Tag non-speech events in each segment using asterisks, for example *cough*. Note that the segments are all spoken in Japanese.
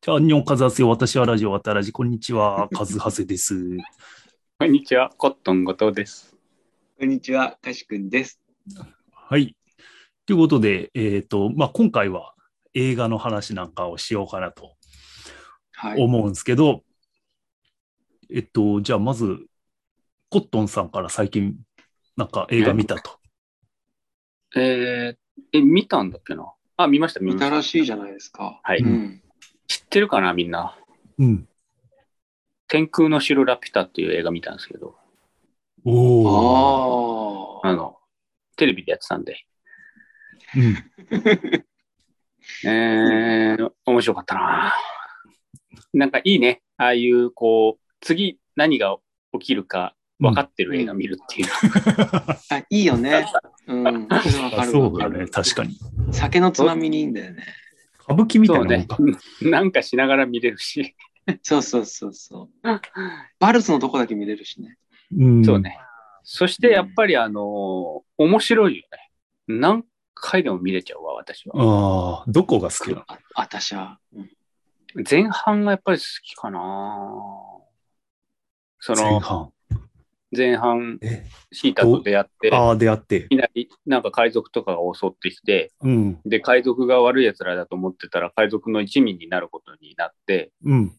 じゃあ、アンニョンカズハセよ。私はラジオ渡らじ。こんにち *laughs* は。カズハセです。こんにちは、コットン後藤です。こんにちは、かしくんです。はい。ということで、えっ、と、まあ、今回は映画の話なんかをしようかなとはい。思うんですけど、えっと、じゃあ、まず、コットンさんから最近、なんか映画見たと。えー、え、見たんだっけなあ、見ました、見見ましたた。らしいじゃないですか。はい、うんん。知ってるかな、みんな。うん。天空の城ラピュタっていう映画見たんですけど、おお。ああ。あの、テレビでやってたんで、うん。えー、面白かったな。なんかいいね、ああいう、こう、次何が起きるか分かってる映画見るっていう。 *laughs* あ、いいよね。うん。それわかあるそうだわかね。る確かに。酒のつまみにいいんだよね。歌舞伎みたいそうなもねんか。、なんかしながら見れるし、そうそうそうそう。バルスのとこだけ見れるしね。んそう。ね。そしてやっぱり、あのー面白いよね。何回でも見れちゃうわ、私は。ああ、どこが好きなのあ私は。うん前半がやっぱり好きかなそ前の半。前半え、シータと出会ってああ、出会って。いきなりなんか海賊とかが襲ってきてうん。で海賊が悪い奴らだと思ってたら海賊の一味になることになってうん。っ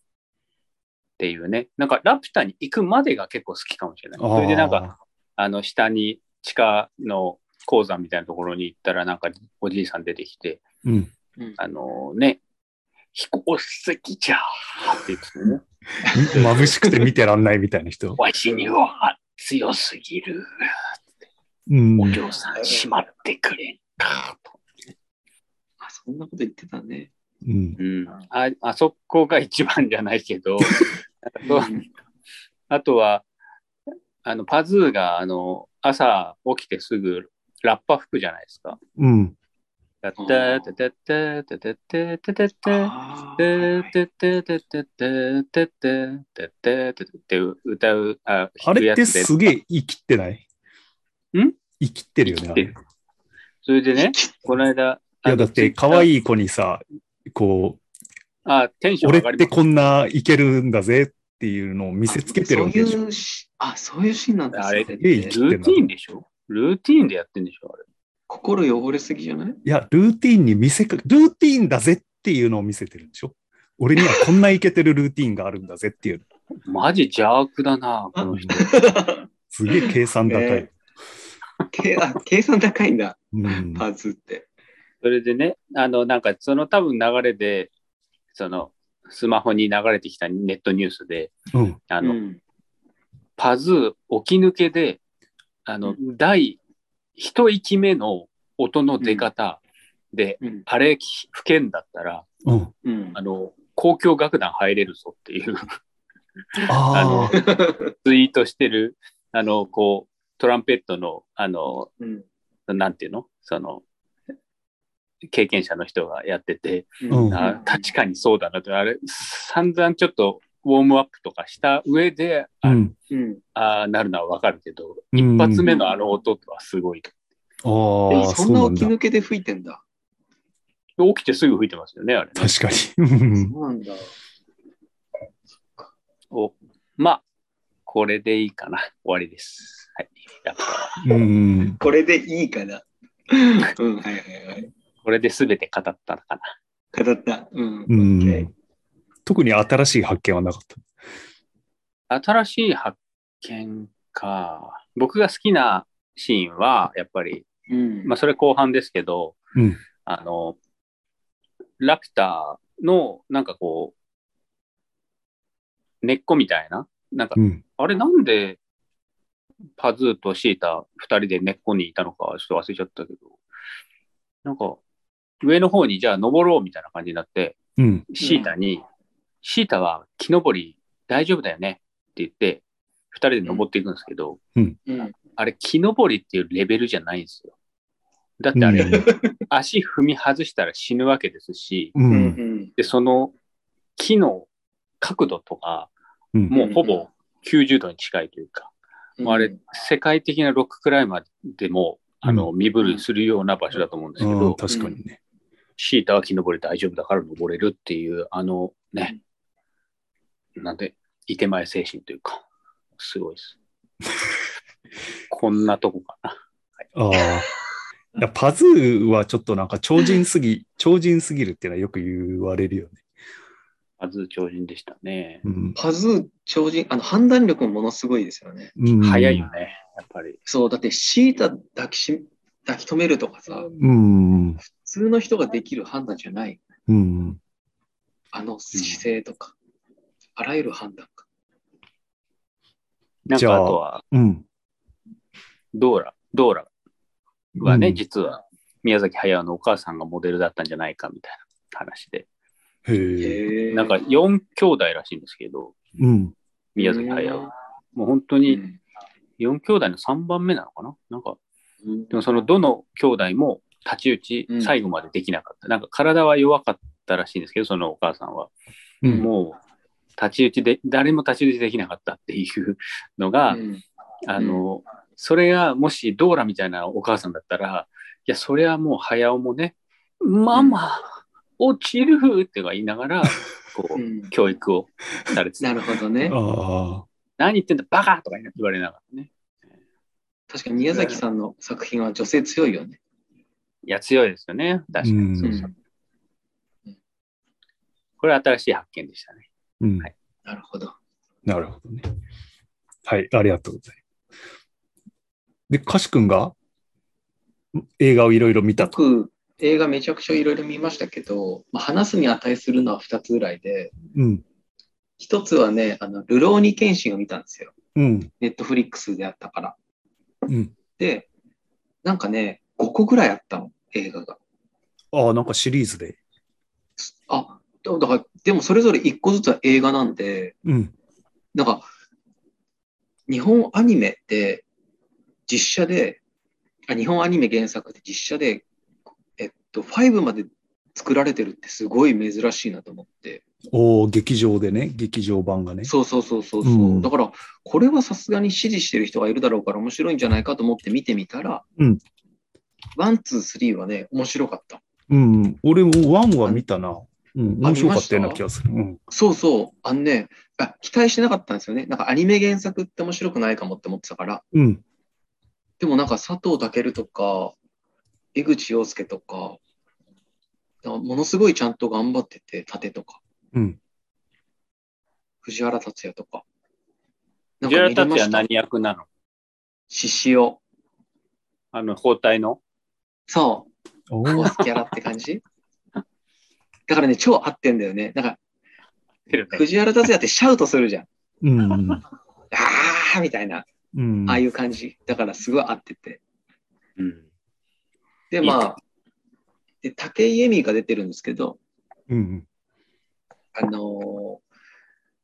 ていうねなんかラピュタに行くまでが結構好きかもしれないああそれでなんか、あの下に地下の鉱山みたいなところに行ったらなんかおじいさん出てきてうん。うんあのね飛行石じゃーって言ってたね *laughs* 眩しくて見てらんないみたいな人。わしには強すぎる。うん。お嬢さん、しまってくれんか。とあそんなこと言ってたね。うん。うん、ああそこが一番じゃないけど、あうとんあとは、あのパズーがあの朝起きてすぐラッパ吹くじゃないですか。うん。タッタッタッタッタッタッタッタッタッタッあターッタッタッタッタッタッタッタッタッタッタッタッって歌う、ああれってすげえ。え生きってないん生きってるよね。生きあてれるそれでね、この間、いや、だって可い愛い子にさ、こあ、テンシう、ョン上俺がっりてまこんないけるんだぜっていうのを見せつけてるわけでしそうょ。いうしあ、そういうシーンなんですあれねえいす。ルーティーンでしょルーティーンでやってんでしょあれ。心汚れすぎじゃないい *laughs* や、ルーティンに見せか、ルーティンだぜっていうのを見せてるんでしょ。俺にはこんないけてるルーティンがあるんだぜっていう。マジ邪悪だな、この人。すげえ計算高い。え計あ計算高いんだ、うん。パーツって。それでね、あの、なんかその多分流れで、その、スマホに流れてきたネットニュースで、うん。ああの、パズー起き抜けで、あの、う第一息目の音の出方で、うんあれ吹けんだったら、うん。うんあの、公共楽団入れるぞっていう。ああ。ツイートしてる、あの、こう、トランペットの、あの、うんなんていうのその、経験者の人がやってて、うんあ確かにそうだなって、あれ、散々ちょっとウォームアップとかした上で、あうん。うんあーなるのはわかるけど、うん一発目のあの音はすごい。あえあ、そそうんななん起きだ。抜けで吹いてんだ。起きてすぐ吹いてますよね、あれね、確かに。うんそうなんだ。おまあ、これでいいかな。終わりです。はい。やっぱうん。これでいいかな。うん、はいはいはい。これで全て語ったのかな。語った。うん。うん。特に新しい発見はなかった。新しい発見か。僕が好きなシーンは、やっぱり、うん。まあ、それ後半ですけど、うん。あの、ラピュタの、なんかこう、根っこみたいな、なんか、うん。あれなんで、パズーとシータ二人で根っこにいたのか、ちょっと忘れちゃったけど、なんか、上の方にじゃあ登ろうみたいな感じになって、うん。シータに、シータは木登り大丈夫だよねって言って、二人で登っていくんですけど、うん、あれ木登りっていうレベルじゃないんですよ。だってあれ、うん足踏み外したら死ぬわけですし、う。うんん。で、その木の角度とか、うんもうほぼ90度に近いというか、うん。もうあれ、世界的なロッククライマーでも、あの、身震いするような場所だと思うんですけうんど、確かにね。シータは木登り大丈夫だから登れるっていう、あの、ね。なんで、いてまえ精神というか、すごい *laughs* です。こんなとこかな。ああ。いやパズーはちょっとなんか超人すぎ、超人すぎるっていうのはよく言われるよね。まず超人でしたね。うんパズー超人、あの、判断力もものすごいですよね。うん。早いよね、やっぱり。そう、だってシータ抱きし、抱き止めるとかさ、普うん。うん通の人ができる判断じゃない。うん。あの姿勢とか、あらゆる判断が。なんじゃかああとは、うん。ドーラ、ドーラはね、うん実は宮崎駿のお母さんがモデルだったんじゃないかみたいな話で。へえ。へなんか4兄弟らしいんですけど、うん。宮崎駿は。もう本当に4兄弟の3番目なのかななんか、うんでもそのどの兄弟も太刀打ちうん最後までできなかった。なんか体は弱かったらしいんですけど、そのお母さんは。うんもう、太刀打ちで、誰も太刀打ちできなかったっていうのが、うんあの、それがもしドーラみたいなお母さんだったら、いや、それはもう早尾もね、ママ、落ちるっては言いながら、こうう、ん教育をされてなた。るほどね。ああ。何言ってんだ、バカとか言われながらね。確かに宮崎さんの作品は女性強いよね。いや、強いですよね。確かうに。んそうそう。これは新しい発見でしたね。うん。はいなるほど。なるほどね。はい、ありがとうございます。で、カシ君がん映画をいろいろ見たと。僕、映画めちゃくちゃいろいろ見ましたけど、まあ、話すに値するのは2つぐらいで、うん。 1つはね、あの、ルローニケンシンを見たんですよ。うん。ネットフリックスであったから。うん。で、なんかね、5個ぐらいあったの、映画が。ああ、なんかシリーズで。あ、だだから、でもそれぞれ1個ずつは映画なんで、うん。なんか、日本アニメって実写で、あ日本アニメ原作で実写で、えっと、5まで作られてるってすごい珍しいなと思って。おお、劇場でね、劇場版がね。そうそうそうそうそう。うんだから、これはさすがに支持してる人がいるだろうから面白いんじゃないかと思って見てみたら、うんワン、ツー、スリーはね、面白かった。うん。俺もワンは見たな。うん。面白かったような気がする。うん。そうそう、あのねあ、期待してなかったんですよね。なんかアニメ原作って面白くないかもって思ってたから、うん。でもなんか佐藤健とか、江口洋介とか、だからものすごいちゃんと頑張ってて、盾とか、うん。藤原竜也とか。なん藤か原見れま達也はした何。役なの獅子王。あの、包帯のそう、おコー *laughs* ースキャラって感 *laughs* じだからね、超合ってんだよね。なんか、出るね藤原竜也ってシャウトするじゃん。うん。あーみたいな、うん。ああいう感じ。だからすごい合ってて。うん。で、いいねまあ、で、武井絵美が出てるんですけど、うん。あのー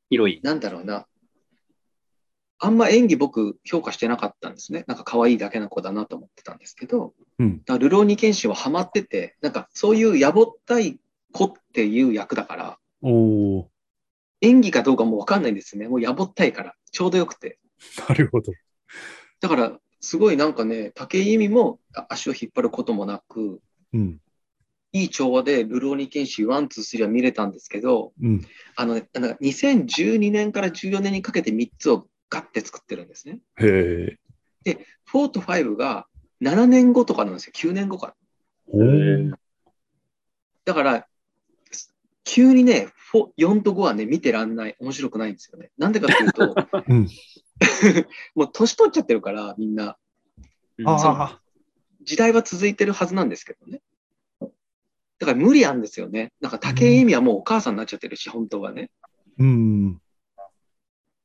ヒロイン。なんだろうな。あんま演技僕評価してなかったんですね。なんか可愛いだけの子だなと思ってたんですけど、うんだからルローニケンシンはハマってて、なんかそういう野暮ったい子っていう役だから、おお、演技かどうかもうわかんないんですね。もう野暮ったいから、ちょうどよくて。なるほど。だから、すごいなんかね、竹井意味もあ足を引っ張ることもなく、うん。いい調和でルローニケンシン1、2、3は見れたんですけど、うん。あのね、なんか2012年から14年にかけて3つをガッて作ってるんですね。へえ。 4と5が7年後とかなんですよ、9年後か。おーだから、急にね、4, 4と5はね、見てらんない、面白くないんですよね。なんでかっていうと、 *laughs* うん。 *laughs* もう年取っちゃってるから、みんな、うんああ。時代は続いてるはずなんですけどね。だから無理なんですよね。なんか竹井意味はもうお母さんになっちゃってるし、本当はね。うん。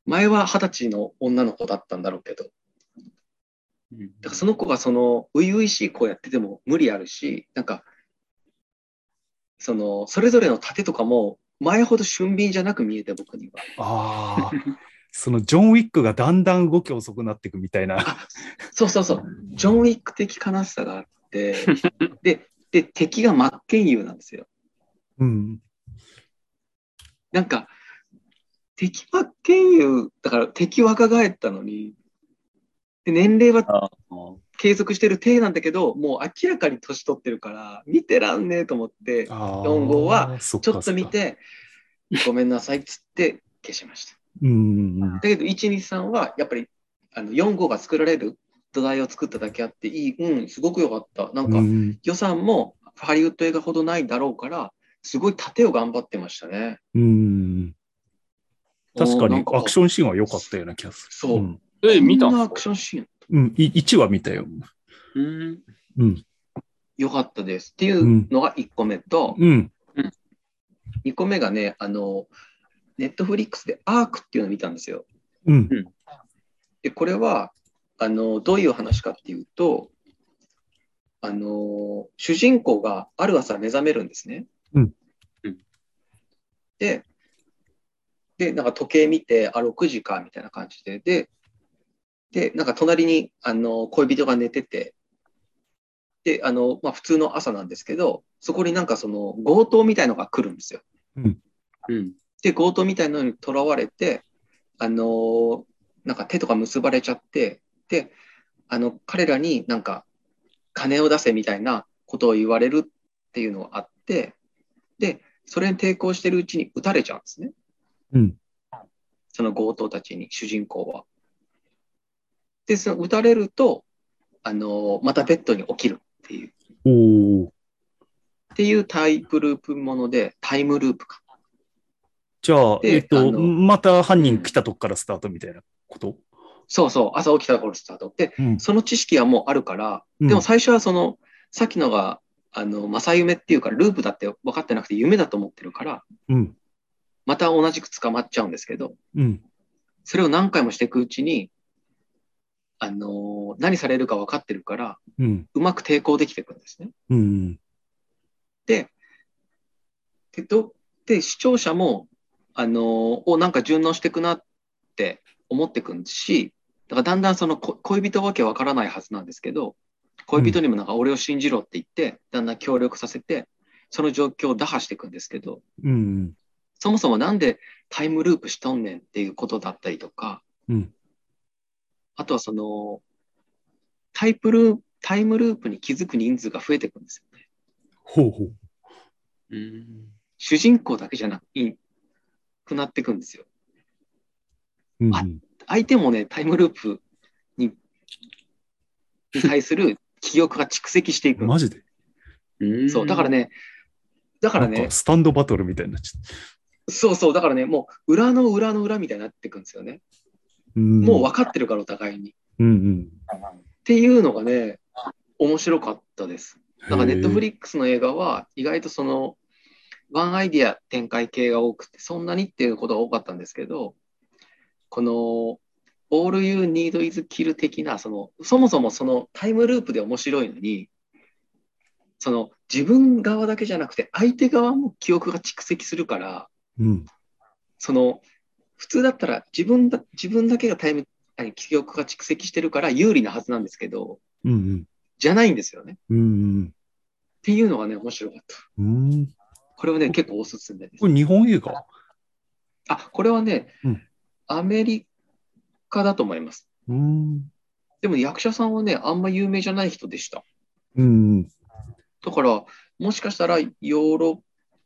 前は二十歳の女の子だったんだろうけど、だうんからその子がその初々しい子やってても無理あるし、なんか、その、それぞれの盾とかも、前ほど俊敏じゃなく見えて、僕には。ああ。そのジョン・ウィックがだんだん動き遅くなっていくみたいな。そうそうそう、ジョン・ウィック的悲しさがあって、で、で、敵が真剣佑なんですよ。うん。なんか、敵真剣佑、だから敵若返ったのに、で年齢はあー継続してる体なんだけど、もう明らかに年取ってるから、見てらんねえと思って、ああ。四号はそっかちょっと見、て、ごめんなさいっつって消しました。うんうんだけど、1、2、3はやっぱりあの4、5が作られる土台を作っただけあって、いい、うん、すごく良かった。なんうかん予算もハリウッド映画ほどないだろうから、すごい盾を頑張ってましたね。うん。確かにアクション。ョンシーンは良かったような気がする。。そうんえ、見たこんんなすアかクションシーンうん、い1話見たよ。うん。うん。良かったですっていうのが1個目と、うん。 2個目がね、あの、ネットフリックスでアークっていうのを見たんですよ。うん。で、これは、あの、どういう話かっていうと、あの、主人公がある朝目覚めるんですね。うんうんで、で、なんか時計見て、あ、6時か、みたいな感じで、で、で、なんか隣に、あの、恋人が寝てて、で、あの、まあ、普通の朝なんですけど、そこになんかその強盗みたいのが来るんですよ。うん。で、強盗みたいなのにとらわれて、あのーなんか手とか結ばれちゃって、で、あの、彼らになんか、金を出せみたいなことを言われるっていうのがあって、で、それに抵抗してるうちに撃たれちゃうんですね。うん。その強盗たちに、主人公は。で、その撃たれると、あのーまたベッドに起きるっていう、おお。っていうタイプループもので、タイムループか。じゃあ、でえっあと、のまた犯人来たとこからスタートみたいなことそうそう、朝起きた頃スタート。で、うん。その知識はもうあるから、うんでも最初はその、さっきのが、あの、正夢っていうか、ループだって分かってなくて夢だと思ってるから、うん。また同じく捕まっちゃうんですけど、うん。それを何回もしていくうちに、あの、何されるか分かってるから、うん。うまく抵抗できていくんですね。うん。で、けど、で、視聴者も、あの、をなんか順応していくなって思ってくんし、だからだんだんそのこ恋人わけわからないはずなんですけど、恋人にもなんか俺を信じろって言って、だんだん協力させて、その状況を打破していくんですけど、うん。そもそもなんでタイムループしとんねんっていうことだったりとか、うんあとはその、タイプルータイムループに気づく人数が増えていくんですよね。ほうほう。うん。主人公だけじゃなくいくなっていくんですよ。うんあ相手もね、タイムループにに対する記憶が蓄積していく。マジでうんそう、だから。ね、だからなんねか、スタンドバトルみたいになっちゃっそうそう、だからね、もう裏の裏の裏みたいになっていくんですよね。た。んもう分かってるから、お互いに。っうんていうのがね、面白かったです。うん。なんかネットフリリックスの映画は、意外とその、ワンアイディア展開系が多くて、そんなにっていうことが多かったんですけど、この、All You Need Is Kill 的な、その、そもそもそのタイムループで面白いのに、その、自分側だけじゃなくて、相手側も記憶が蓄積するから、うん。その、普通だったら自分だ、自分だけがタイム、あ記憶が蓄積してるから有利なはずなんですけど、うんじゃないんですよね。うん。うんっていうのがね、面白かった。うん。うん。これはね、結構おすすめですこ。れ日本映画あ、これはね、うんアメリカだと思います。うん。でも役者さんはね、あんま有名じゃない人でした。うん。だから、もしかしたらヨーロッ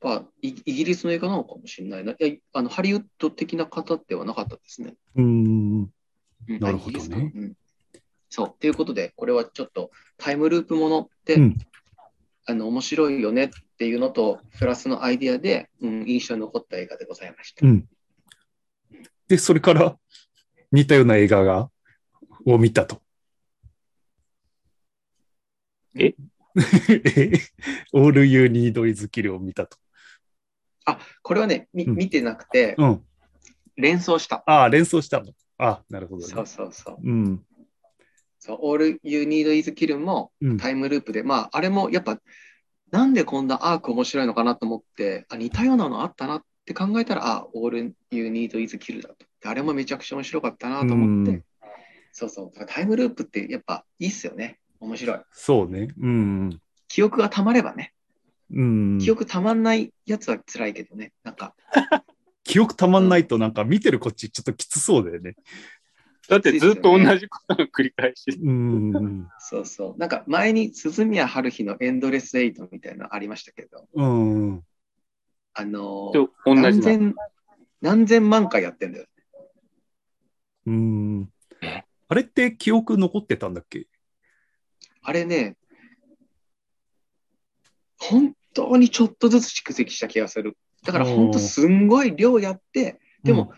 パ、イイギリスの映画なのかもしれないな。いやあのハリウッド的な方ではなかったですね。うん。うんなるほどねイギリスかうんそう。ということで、これはちょっとタイムループものって、うんあの面白いよねっていうのと、プラスのアイディアで、うん、印象に残った映画でございました。うんで、それから似たような映画が、を見たと。 *laughs* ええオールユーニードイズキルを見たと。あ、これはね、みうん見てなくて、うん。連想した。ああ、連想したの。あなるほどそねう。そうそう。うん。そう、All You Need Is Kill もうん。タイムループで、まあ、あれもやっぱ、なんでこんなアーク面白いのかなと思って、あ、似たようなのあったなって考えたら、あ、All You Need Is Kill だと。であれもめちゃくちゃ面白かったなと思って、うんそうそう。だからタイムループってやっぱいいっすよね。面白い。そうね。うん。記憶がたまればね。うん。記憶たまんないやつは辛いけどね。なんか、記憶たまんないとなんか見てるこっちちょっときつそうだよね。だってずっと同じことを繰り返してる。うん。そうそう。なんか前に鈴宮春日のエンドレスエイトみたいなのありましたけど、うん。ああのと同じな何千、何千万回やってんだよ。うーんえ。あれって記憶残ってたんだっけあれね、本当にちょっとずつ蓄積した気がする。だから本当すんごい量やって、でも、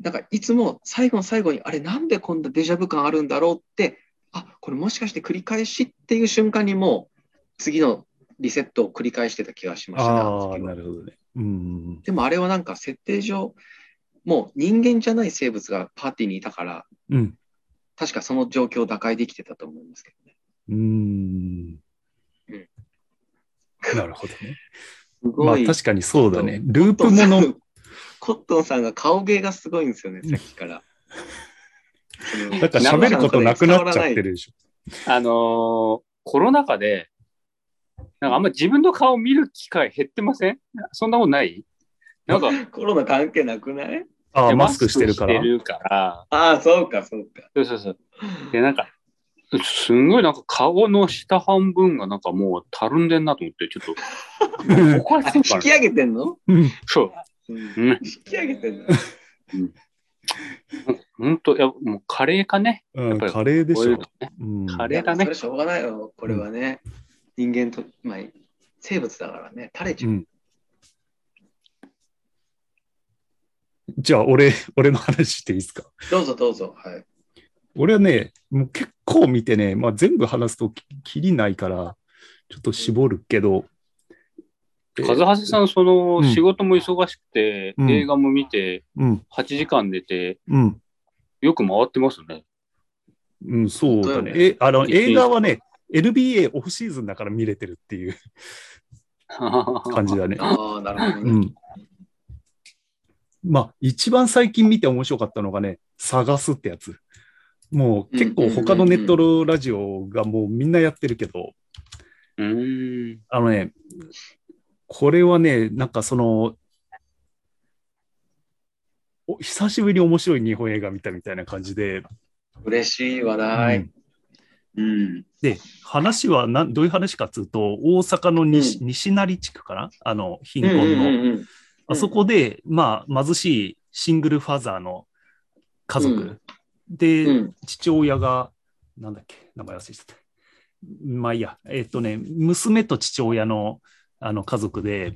なんかいつも最後の最後に、あれなんでこんなデジャブ感あるんだろうって、あ、これもしかして繰り返しっていう瞬間にもう次のリセットを繰り返してた気がしましたねあのあ、時はなるほどね。うん。でもあれはなんか設定上、もう人間じゃない生物がパーティーにいたから、うん。確かその状況を打開できてたと思うんですけどね。うーんうん。なるほどね。すまごあい。確かにそうだね。ループコットンもさんの、 *laughs* コットンさんが顔芸がすごいんですよね、うんさっき *laughs* から。だから喋る *laughs* ことなくなっちゃってるでしょ。あのーコロナ禍で、なんかあんま自分の顔見る機会減ってませんそんなことないなんか、コロナ関係なくないああ、マスクしてるから。マスクしてるからああ、そうか、そうか。そうそうそう。で、なんか、すんごいなんか顔の下半分がなんかもうたるんでんなと思って、ちょっ *laughs* と、おかしい引から、き上げてんの、うんそう。うん。引き上げてんのほんと、いや、もうカレーかね。うん、ぱりカレーでこしういょう。のね。うんカレーだいやねそれ。しょうがないよ、これはね。人間と、まあ、生物だからね、垂れちゃうう。んじゃあ、俺、 *laughs* 俺の話していいですかどうぞどうぞ。はい。俺はね、もう結構見てね、まあ、全部話すとききりないから、ちょっと絞るけど。カズハセさん、その、うん仕事も忙しくて、うん映画も見て、うん、 8時間出て、うん、よく回ってますね。うん、そうだね。本当よえ、あの、映画はね、NBA オフシーズンだから見れてるっていう感感じだね。ああ、なるほどうね。ん。まあ、一番最近見て面白かったのがね、探すってやつ。もう結構他のネットラジオがもうみんなやってるけど、 *laughs* うーん。あのね、これはね、なんかその、お久しぶりに面白い日本映画見たみたいな感じで、嬉しい話う題ん。うん。で、話はなんどういう話かっていうと、大阪の西,、う西成地区かなあの、貧うん困の。うんうんうんあそこで、まあ、貧しいシングルファザーの家族、うんで、うん父親が、なんだっけ、名前忘れてた。まあいいや、えっとね、娘と父親のあの家族で、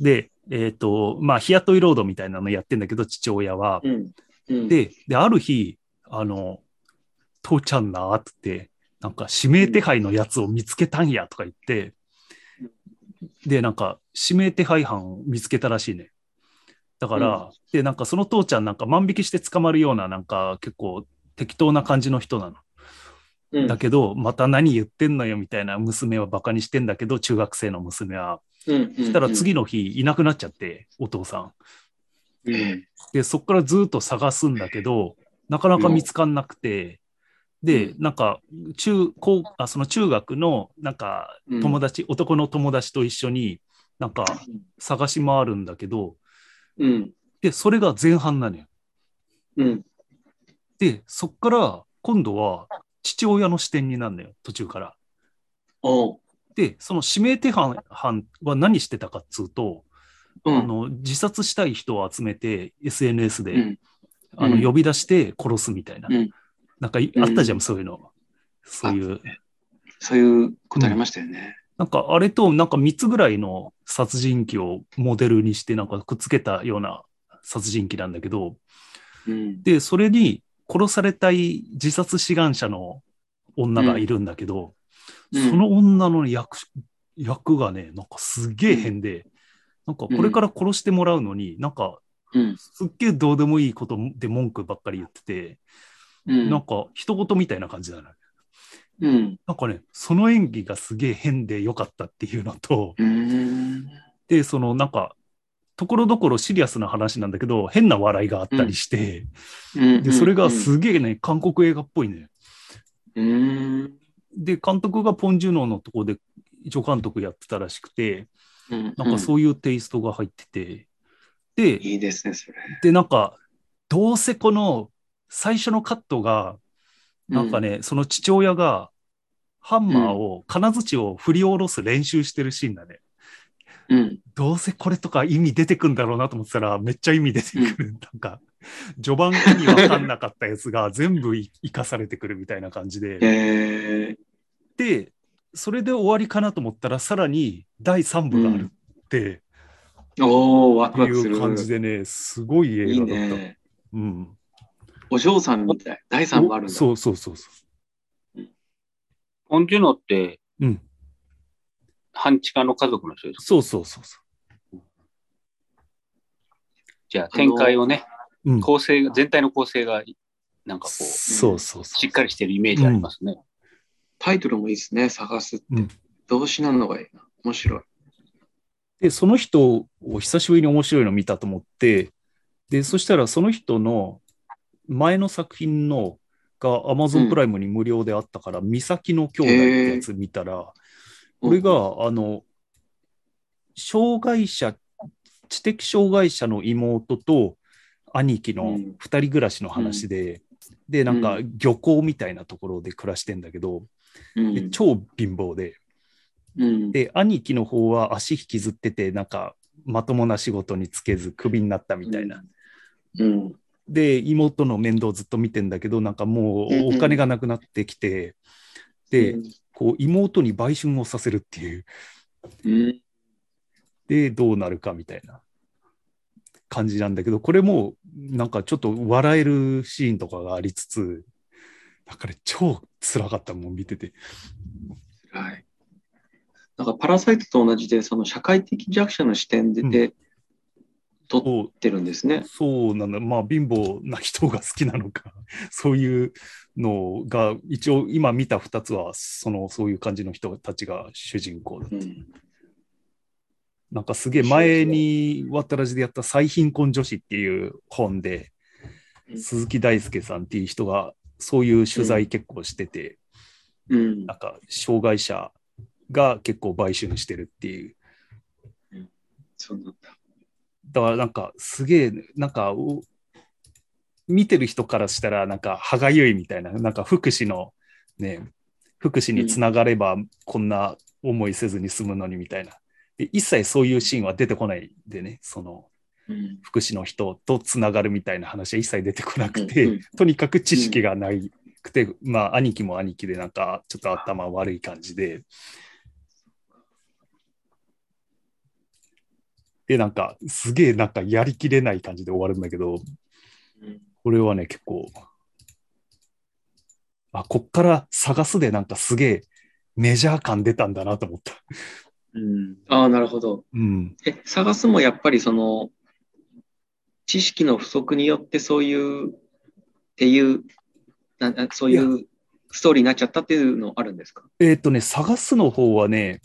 で、えっと、まあ、日雇い労働みたいなのやってんだけど、父親は。うんうん。で、である日、あの、父ちゃんなーって言って、なんか指名手配のやつを見つけたんやとか言って、で、なんか指名手配犯を見つけたらしいね。だから、で、なんかその父ちゃんなんか万引きして捕まるような、なんか結構適当な感じの人なの。うんだけど、また何言ってんのよみたいな娘はバカにしてんだけど、中学生の娘は。うんうんうんそしたら次の日いなくなっちゃって、お父さん。うんで、そこからずっと探すんだけど、なかなか見つかんなくて、でう、なんか、中、高、あ、その中学の、なんか、うん友達、男の友達と一緒に、なんか、探し回るんだけど、うんで、それが前半なのよ。うんで、そっから、今度は、父親の視点になるのよ、途中から。おうで、その指名手配犯は何してたかっつうと、うあんの、自殺したい人を集めて、SNS で、うんあのうん呼び出して殺すみたいな。うんなんかいあったじゃん、そういうの。そういう。そういうことありましたよね。なんかあれと、なんか3つぐらいの殺人鬼をモデルにして、なんかくっつけたような殺人鬼なんだけど、うんで、それに殺されたい自殺志願者の女がいるんだけど、うんその女の役役がね、なんかすげえ変で、なんかこれから殺してもらうのに、なんかうんすっげえどうでもいいことで文句ばっかり言ってて、うんなんか人事みたいな感じだな。うんなんかね、その演技がすげえ変で良かったっていうのと、うんで、そのなんか、ところどころシリアスな話なんだけど、変な笑いがあったりして、うんで、それがすげえね、韓国映画っぽいね。うんで、監督がポン・ジュノーのとこで助監督やってたらしくて、うんなんかそういうテイストが入ってて、で、いいですね、それ。で、なんか、どうせこの最初のカットが、なんかね、ね、その父親がハンマーを、金槌を振り下ろす練習してるシーンだね。うん。どうせこれとか意味出てくんだろうなと思ってたら、めっちゃ意味出てくる。なんか、序盤意味わかんなかったやつが全部い生かされてくるみたいな感じで。へえ。で、それで終わりかなと思ったら、さらに第3部があるっておー、ワクワいクする。う感じでね、すごいい映い画だった。ね。うん。お嬢さんみたい。第3部あるんだ。そうそうそうそポンジュノって、う。うん。半地下の家族の人ですかそうそうそうそじゃあ、展開をね、う。うん。構成が、全体の構成が、なんかこう、しそうそうそう。っかりしてるイメージありますね。タイトルもいいですね。探すってうん。動詞なのがいいな。面白い。で、その人を久しぶりに面白いの見たと思って、で、そしたらその人の前の作品のが Amazon プライムに無料であったから、三崎の兄弟ってやつ見たら、これが、あの、障害者、知的障害者の妹と兄貴うのん二人暮らしの話で、で、なんかう漁港みたいなところで暮らしてんだけど、うん、うでん。超貧乏で、うん。で、兄貴の方は足引きずってて、なんか、まともな仕事に就けず、クビになったみたいな。うん。で、妹の面倒をずっと見てんだけど、なんかもうんううんお金がなくなってきて、で、こう、妹に売春をさせるっていう、うん。で、どうなるかみたいな感じなんだけど、これも、なんかちょっと笑えるシーンとかがありつつ、だから超辛かったもん、見てて。はい。なんかパラサイトと同じで、その社会的弱者の視点で、う撮っこうてるんですね。そうなんだ、まあ、貧乏な人が好きなのか、 *laughs* そういうのが、一応、今見た2つはその、そういう感じの人たちが主人公だ。うん。なんかすげえ前に渡らじでやった最貧困女子っていう本で、うん鈴木大輔さんっていう人が、そういう取材結構してて、うんなんか障害者が結構売春してるっていうそうなんだ。だからなんかすげえ、なんかお見てる人からしたらなんか歯がゆいみたいな、なんか福祉のね、福祉につながればこんな思いせずに済むのにみたいな。で一切そういうシーンは出てこないでね、そのうん。福祉の人とつながるみたいな話は一切出てこなくて、うんうんとにかく知識がないくて、まあ兄貴も兄貴でなんかちょっと頭悪い感じで。で、なんかすげえなんかやりきれない感じで終わるんだけど、うんこれはね、結構、あ、こっから探すでなんかすげえメジャー感出たんだなと思った。うん。ああ、なるほど。うん。え、探すもやっぱりその、知識の不足によってそういう、っていう、ななそういうストーリーになっちゃったっていうのあるんですかえっ、とね、探すの方はね、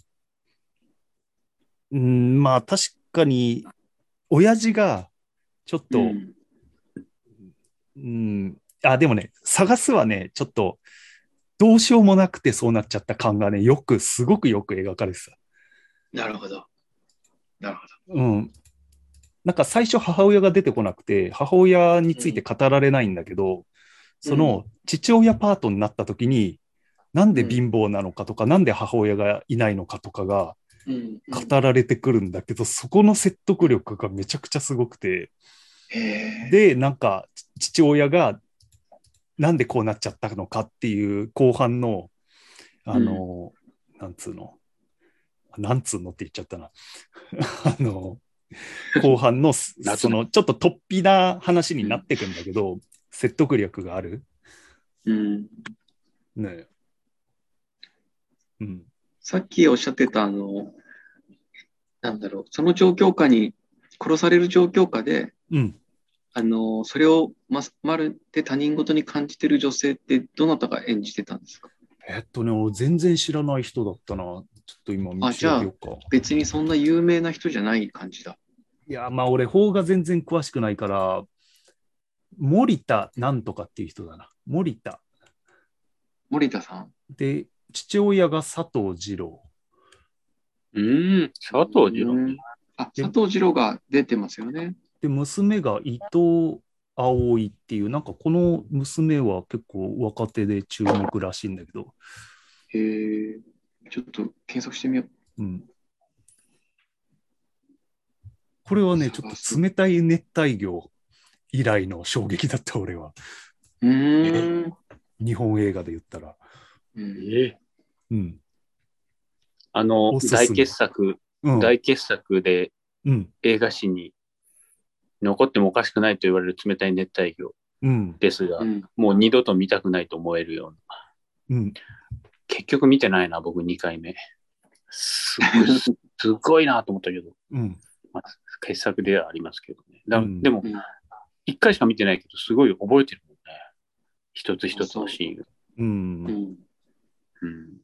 うん、まあ確かに、親父が、ちょっと、ううん、んあ、でもね、探すはね、ちょっと、どうしようもなくてそうなっちゃった感がね、よく、すごくよく描かれてた。なるほど。なるほうん。なんか最初母親が出てこなくて、母親について語られないんだけど、その父親パートになった時に、なんで貧乏なのかとか、なんで母親がいないのかとかが、ど。うん。語られてくるんだけど、そこの説得力がめちゃくちゃすごくて、へえ。で、なんかち父親がなんでこうなっちゃったのかっていう後半の、あの、なんつうの、なんつうのって言っちゃったな。 *laughs* あの、後半の、そ夏だの、ちょっと突飛な話になってくんだけど、説得力がある。うん。ね。うん。さっきおっしゃってた、あの、なんだろう、その状況下に、殺される状況下で、うん。あの、それをま、まるで他人事に感じてる女性って、どなたが演じてたんですかえっとね、俺全然知らない人だったな。ちょっと今見あてじゃあみようか。別にそんな有名な人じゃない感じだ。いや、まあ俺、法が全然詳しくないから、森田なんとかっていう人だな。森田。森田さん。で、父親が佐藤二郎。うん。佐藤二う郎ん。あ、佐藤二郎が出てますよね。で、娘が伊藤葵っていう、なんかこの娘は結構若手で注目らしいんだけど、へえ。ちょっと検索してみよう。うん。これはね、ちょっと冷たい熱帯魚以来の衝撃だった、俺は。うーん。日本映画で言ったら。うんえうん。あのおすすめ大傑作、うん。大傑作でうん。映画史に残ってもおかしくないと言われる冷たい熱帯魚うん。ですが、うんもう二度と見たくないと思えるような。うん。結局見てないな、僕2回目。すごい、 *laughs* すごいなと思ったけど、うん。まあ、傑作ではありますけどね。だうんでもうん、 1回しか見てないけど、すごい覚えてるもんね。一つ一つのシーン。うん。ういんうん。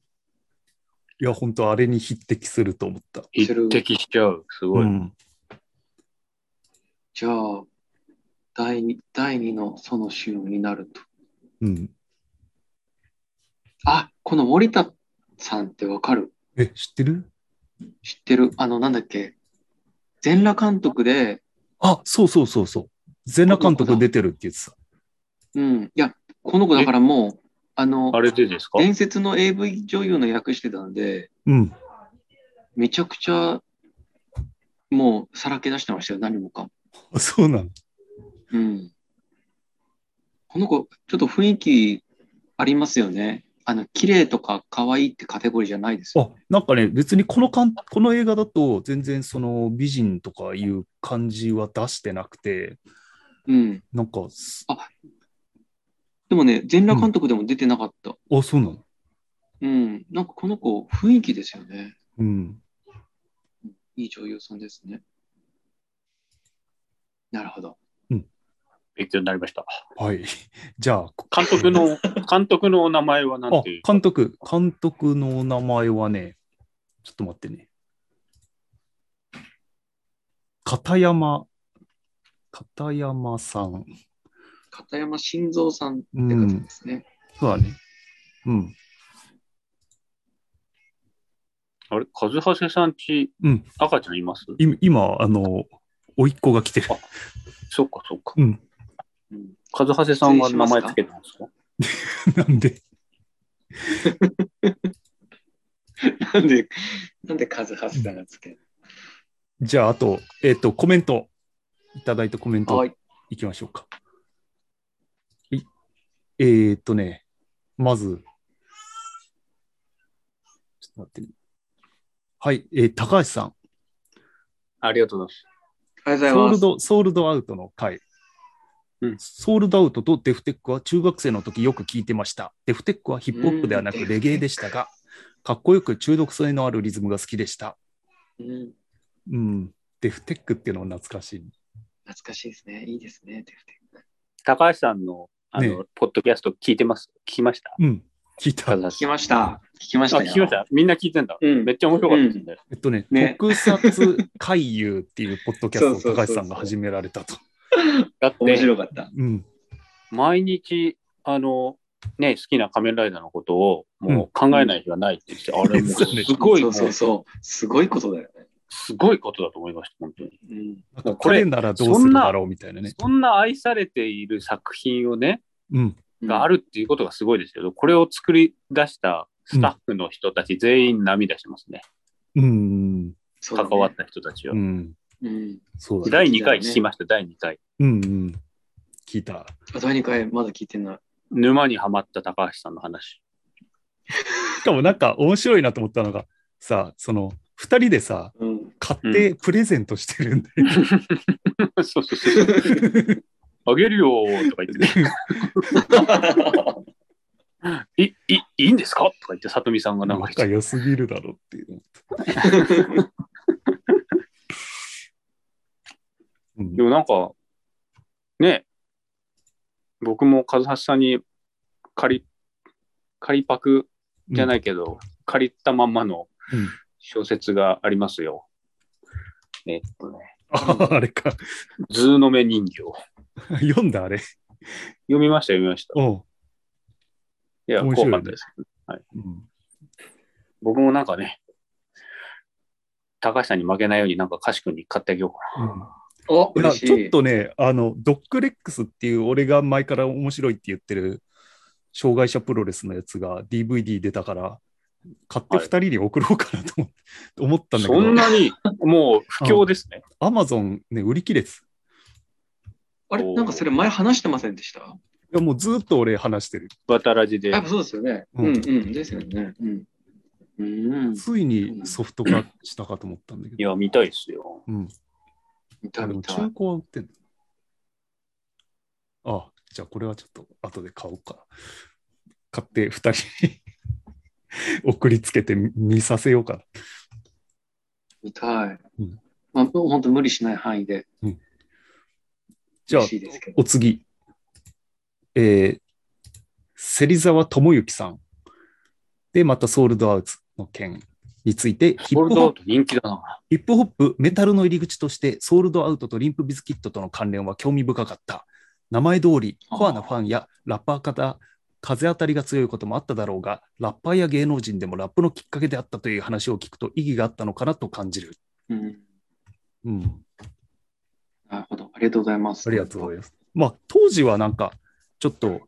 や、本当あれに匹敵すると思った。する一滴しちゃう。すごい。うん。じゃあ、第二第二のその週になると。うん。あ、この森田さんってわかるえ、知ってる知ってるあの、なんだっけ全裸監督で、あ、そうそうそうそう。全裸監督出てるって言ってた。うん。いや、この子だからもう、あの、あれでですか伝説の AV 女優の役してたんで、うん。めちゃくちゃ、もう、さらけ出してましたよ、何もかも。あそうなの。うん。この子、ちょっと雰囲気ありますよね。あの、綺麗とか可愛いってカテゴリーじゃないですよ。あ、なんかね、別にこのかんこの映画だと、全然その美人とかいう感じは出してなくて、うん。なんかす、でもね、全裸監督でも出てなかった。あ、そうなの。うん。なんかこの子、雰囲気ですよね。うん。いい女優さんですね。なるほど。勉強になりました。はい。 *laughs* じゃあ、こ監督 *laughs* の、監督のお名前は何あていう、監督、監督のお名前はね、ちょっと待ってね。片山、片山さん。片山晋三さんって方ですね。そうだね。うん。あれカズハセさんち、うん赤ちゃんいますい今、あの、甥っ子が来てる。そっかそっか。うん。うんカズハセさんは名前つけたんですか *laughs* なんで、なんで、なんでカズハスさんがつけるじゃあ、あと、えっ、と、コメント、いただいたコメントはい。いきましょうか。はいえー、っとね、まず、ちょっと待ってね、はい、えー高橋さん、ありがとうございありがとうソールございます。ド、ソールドアウトの回。うんソールドアウトとデフテックは中学生の時よく聞いてました。デフテックはヒップホップではなうくんレゲエでしたが、かっこよく中毒性のあるリズムが好きでした。うんうん、デフテックっていうのも懐かしい。懐かしいですね。いいですね。テフテ高橋さんの、あの、ねポッドキャスト聞いてます聞きましたうん、聞いたカズ。ハ聞セきました。聞きましたあ、よ。聞きましたみんな聞いてんだ。うんめっちゃ面白かったですね。えっとね、ね特撮回遊っていうポッドキャストそをうそ高う橋そうそうさんが始められたと。だっ面て、白かった。うん。毎日、あの、ね、好きな仮面ライダーのことをもう考えない日はないって言って、あれも *laughs* うそうねすごい、そもうそううそう。すごいことだよね。すごいことだと思いました、本当に。うん。なんもかうこれ彼ならどうするだろうみたいなね。そんな愛されている作品をね、うん。があるっていうことがすごいですけど、これを作り出したスタッフの人たち全員涙してますね。うん。そうだ関ねわった人たちは。うん。うん。そうだね。第2回聞きました、第2回。うんうん。聞いた。あ第2回まだ聞いてない。沼にはまった高橋さんの話。しかもなんか面白いなと思ったのが、さ、その、二人でさ、 *laughs* うん。買ってプレゼントしてるんで、そうそうそう。あげるよーと *laughs* か *laughs* 言ってね。い、い、いいんですかとか言って、さとみさんがなんか仲良すぎるだろうっていう。 *laughs* うんでもなんか、ね、僕も和橋さんに借り、借りパクじゃないけど、借りたまんまのうん小説がありますよ。えっとね、ああれか。ズーの目人形。読んだあれ。読みました、読みました。おう、いや、面怖白いねかったです。うん。僕もなんかね、高橋さんに負けないように、なんか歌詞君に買ってあげようかうんお、いや嬉しい。ちょっとね、あの、ドッグレックスっていう、俺が前から面白いって言ってる、障害者プロレスのやつが DVD 出たから、買って2人に送ろうかなと思って思ったんだけそど、んなに、もう不況ですね。アマゾンね、売り切れです。あおれーなんかそれ前話してませんでしたいやもうずっと俺話してる。わたらじでやっ。ぱそうですよね。ううんんうん。ですよね。うん。うん。ついにソフト化したかと思ったんだけいど。や、見たいですよ。うん。見あたで見もた中。古は売ってんのあ、じゃあこれはちょっと後で買おうかな。買って2人に送りつけて見させようかな。見たいうん。まあ、本当無理しない範囲でじゃあ嬉しいですけど。お次。えー、芹沢智之さん。で、またソールドアウトの件について、ヒソーッルプドアホッウプト人気だな。ヒップホップ、メタルの入り口として、ソールドアウトとリンプビズキットとの関連は興味深かった。名前通り、コアなファンやラッパー方、風当たりが強いこともあっただろうが、ラッパーや芸能人でもラップのきっかけであったという話を聞くと意義があったのかなと感じる。うん。うん、なるほど。ありがとうございます。ありがとうございます。まあ、当時はなんか、ちょっと、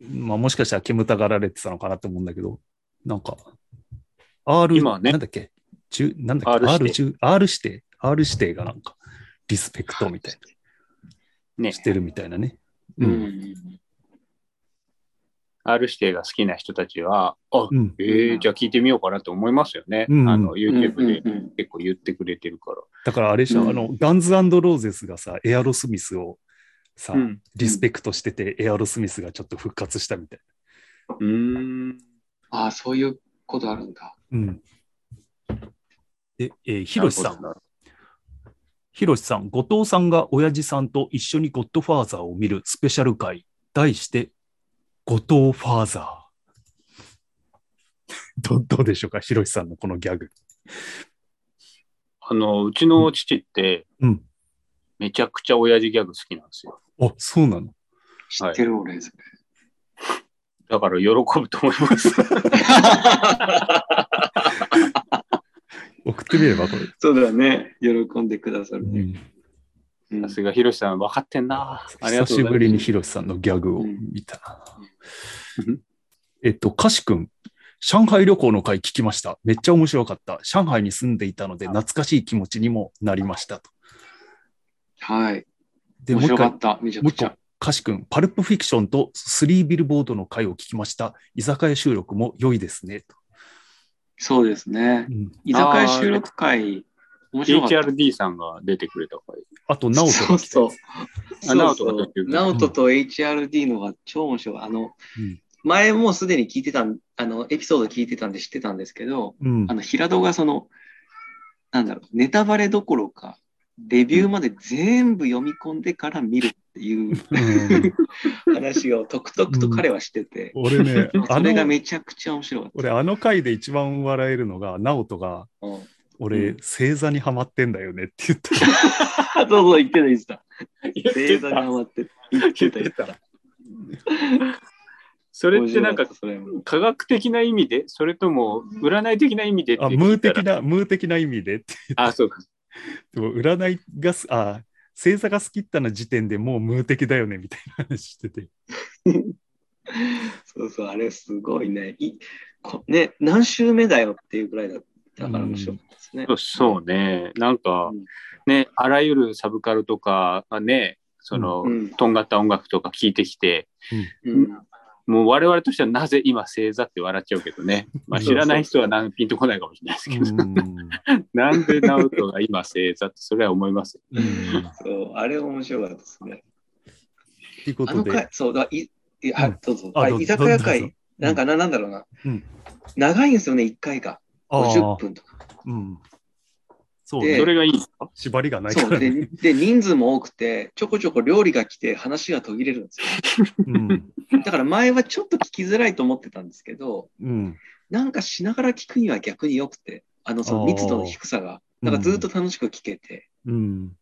まあ、もしかしたら煙たがられてたのかなと思うんだけど、なんか、R、今はねなんだっけ、10なんだっけ、 R R 指指定、R 指定、R 指定がなんか、リスペクトみたいねな、してるみたいなね。う。うんん。 R 指定が好きな人たちは、あ、うん。えー、じゃあ聞いてみようかなと思いますよね。うんあの、YouTube でうんうんうん結構言ってくれてるから。だからあれでしょ、うんあの、ガンズローゼスがさ、エアロスミスをさ、うん。リスペクトしてて、エアロスミスがちょっと復活したみたいうーん。ああ、そういうことあるんだ。な。うん。で、えー、ヒロシさん。ひろしさん、後藤さんが親父さんと一緒にゴッドファーザーを見るスペシャル回、題して、後藤ファーザー。 *laughs* どどうでしょうか、ひろしさんのこのギャグ。あの、うちの父って、うん。めちゃくちゃ親父ギャグ好きなんですよ。あ、そうなの。知ってる俺ですね。だから喜ぶと思い *laughs* ます。送ってみればこれ。そうだね。喜んでくださるうね。ん、うんさすが、ひろしさん、分かってんな。あり久がとうごしざいます。ぶりにひろしさんのギャグを見たな。うんえっと、かしくん。上海旅行の回聞きました。めっちゃ面白かった。上海に住んでいたので懐かしい気持ちにもなりましたと。はい。で、も面う一白か回った。めちゃもうく一ち個ゃ。、かしくん、パルプフィクションとスリービルボードの回を聞きました。居酒屋収録も良いですね。とそうですね。居酒屋収録会、面白かった。 HRD さんが出てくれた回。あと、ナオそうそう。あそうナオトが撮ってそうるナオトと HRD のが超面白い。あの、うん前もうすでに聞いてたん、あの、エピソード聞いてたんで知ってたんですけど、うんあ。の、平戸がその、なんだろう、ネタバレどころか、レビューまで全部読み込んでから見るっていううん話を、とくとくと彼はしてて、俺 *laughs* ね、あそれがの、めちゃくちゃ面白かっ俺、あの回で一番笑えるのが、ナオトが、た。うん俺、う星座にはまってんだよねって言った。 *laughs* あ、そうそう、言ってた、言ってた。言星って座にハたマって、言ってた、言ってた。それってなん面白、っかたそれも科学的な意味で、それとも占い的な意味でってあ、ムー聞いたら的な、ムー的な意味でって。あ、そうか。でも占いがす、あ、星座が好きったな時点でもうムー的だよねみたいな話してて。そうそう、あれすごいね。いこね、何週目だよっていうぐらいだったから面白かったですね。そうそうね。なんかうん、ね、あらゆるサブカルとか、まあね、その、うんとんがった音楽とか聞いてきて、うんもう我々としてはなぜ今星座って笑っちゃうけどね。まあ、知らない人はなんピンとこないかもしれないですけど、うんなんでナウトが今星座ってそれは思いますよ。うんそう、あれ面白かったですね。というこあとので回、、そうだ、い、いうんあ、どうぞ。ああどうぞ居酒屋どうぞ会、なんかな、なんだろうなうん。長いんですよね、1回が。50あー分とか。うん。そうでねそ。れがいいんですか縛りがないかそうらで *laughs* ね。で、人数も多くて、ちょこちょこ料理が来て、話が途切れるん *laughs* ですよ。うん。だから前はちょっと聞きづらいと思ってたんですけど、うん。なんかしながら聞くには逆に良くて、あのそあのー密度の低さが、なんかずっと楽しく聞けて、うん。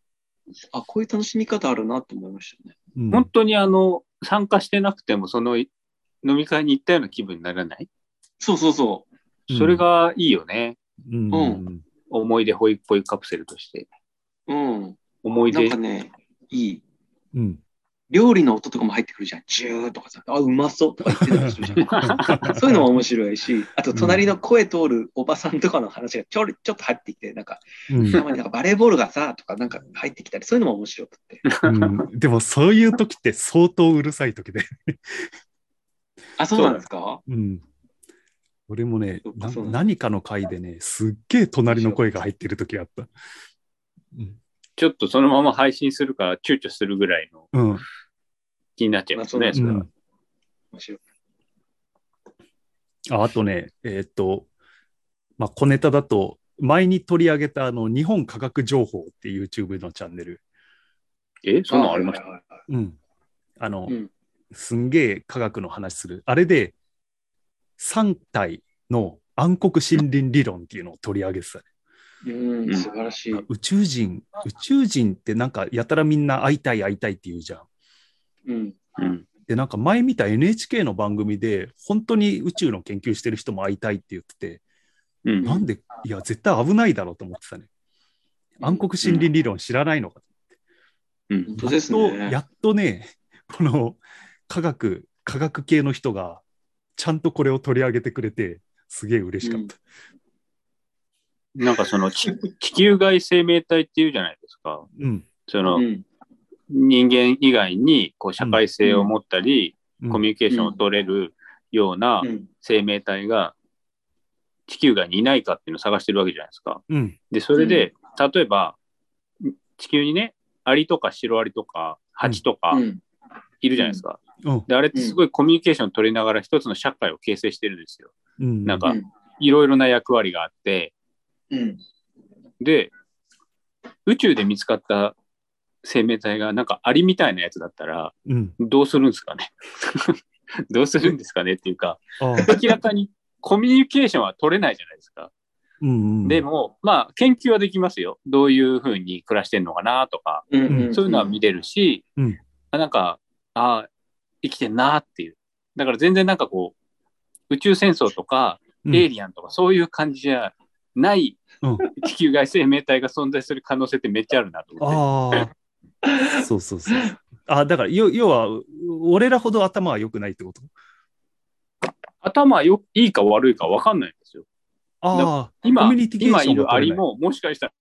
あ、こういう楽しみ方あるなと思いましたね。うん。本当にあの、参加してなくても、その飲み会に行ったような気分にならないそうそうそそれがいいよね。うん。うん思い出ホイホイカプセルとして。う。うん。思いなん出かね、いい。うん。料理の音とかも入ってくるじゃん。ジューとかさ、あ、うまそうとか言ってたりするじゃ *laughs* ん。 *laughs* そういうのも面白いし、あと隣の声通るおばさんとかの話がちょりちょっと入ってきて、なんか、うんたまになんかバレーボールがさ、とかなんか入ってきたり、そういうのも面白くて。うんでもそういう時って相当うるさい時で。あ、そうなんですかうん。俺もねそう、かなそうなんだ何かの回でね、すっげえ隣の声が入ってる時があった。うん *laughs* ちょっとそのまま配信するか躊躇するぐらいのうん。気になっちゃいますね、まあそれは。面白い。ああとね、えーっと、まあ、小ネタだと、前に取り上げたあの日本科学情報っていう YouTube のチャンネル。え、そんなんありましたはいはいはいうん。あの、うんすんげえ科学の話する。あれで、3体の暗黒森林理論っていうのを取り上げてた。うん、素晴らしい。宇宙人、宇宙人ってなんかやたらみんな会いたい会いたいって言うじゃん。うん。うん。で、なんか前見た NHK の番組で、本当に宇宙の研究してる人も会いたいって言ってて、うん。なんで、いや、絶対危ないだろうと思ってたね。暗黒森林理論知らないのか。うん本当ですね。やっと、やっとね、この科学、科学系の人が、ちゃんとこれを取り上げてくれて、すげえ嬉しかった。なんかそのち地球外生命体っていうじゃないですか。うん。そのうん人間以外にこう社会性を持ったり、うんコミュニケーションを取れるようなうん生命体が地球外にいないかっていうのを探してるわけじゃないですか。うん。で、それで、例えば地球にね、アリとかシロアリとかハチとかうんいるじゃないですか。うん。で、あれってすごいコミュニケーション取りながら一つの社会を形成してるんですよ。うん。なんうかんいろいろな役割があって、うんで、宇宙で見つかった生命体がなんかアリみたいなやつだったら、うん。どうするんですかね *laughs* どうするんですかねっていうか、ああ。明らかにコミュニケーションは取れないじゃないですか。うん。うんで、も、まあ、研究はできますよ。どういうふうに暮らしてんのかなとか、うんんそういうのは見れるし、うんなんか、ああ、生きてんなっていう。だから全然なんかこう、宇宙戦争とか、うんエイリアンとかそういう感じじゃないうん地球外生命体が存在する可能性ってめっちゃあるなと思っああ。そうそうそう。あだから、要要は、俺らほど頭は良くないってことて。頭よいいか悪いか分かんないんですよ。ああ。今コミュニ、ケーションが今取れないいるアリももしかしたら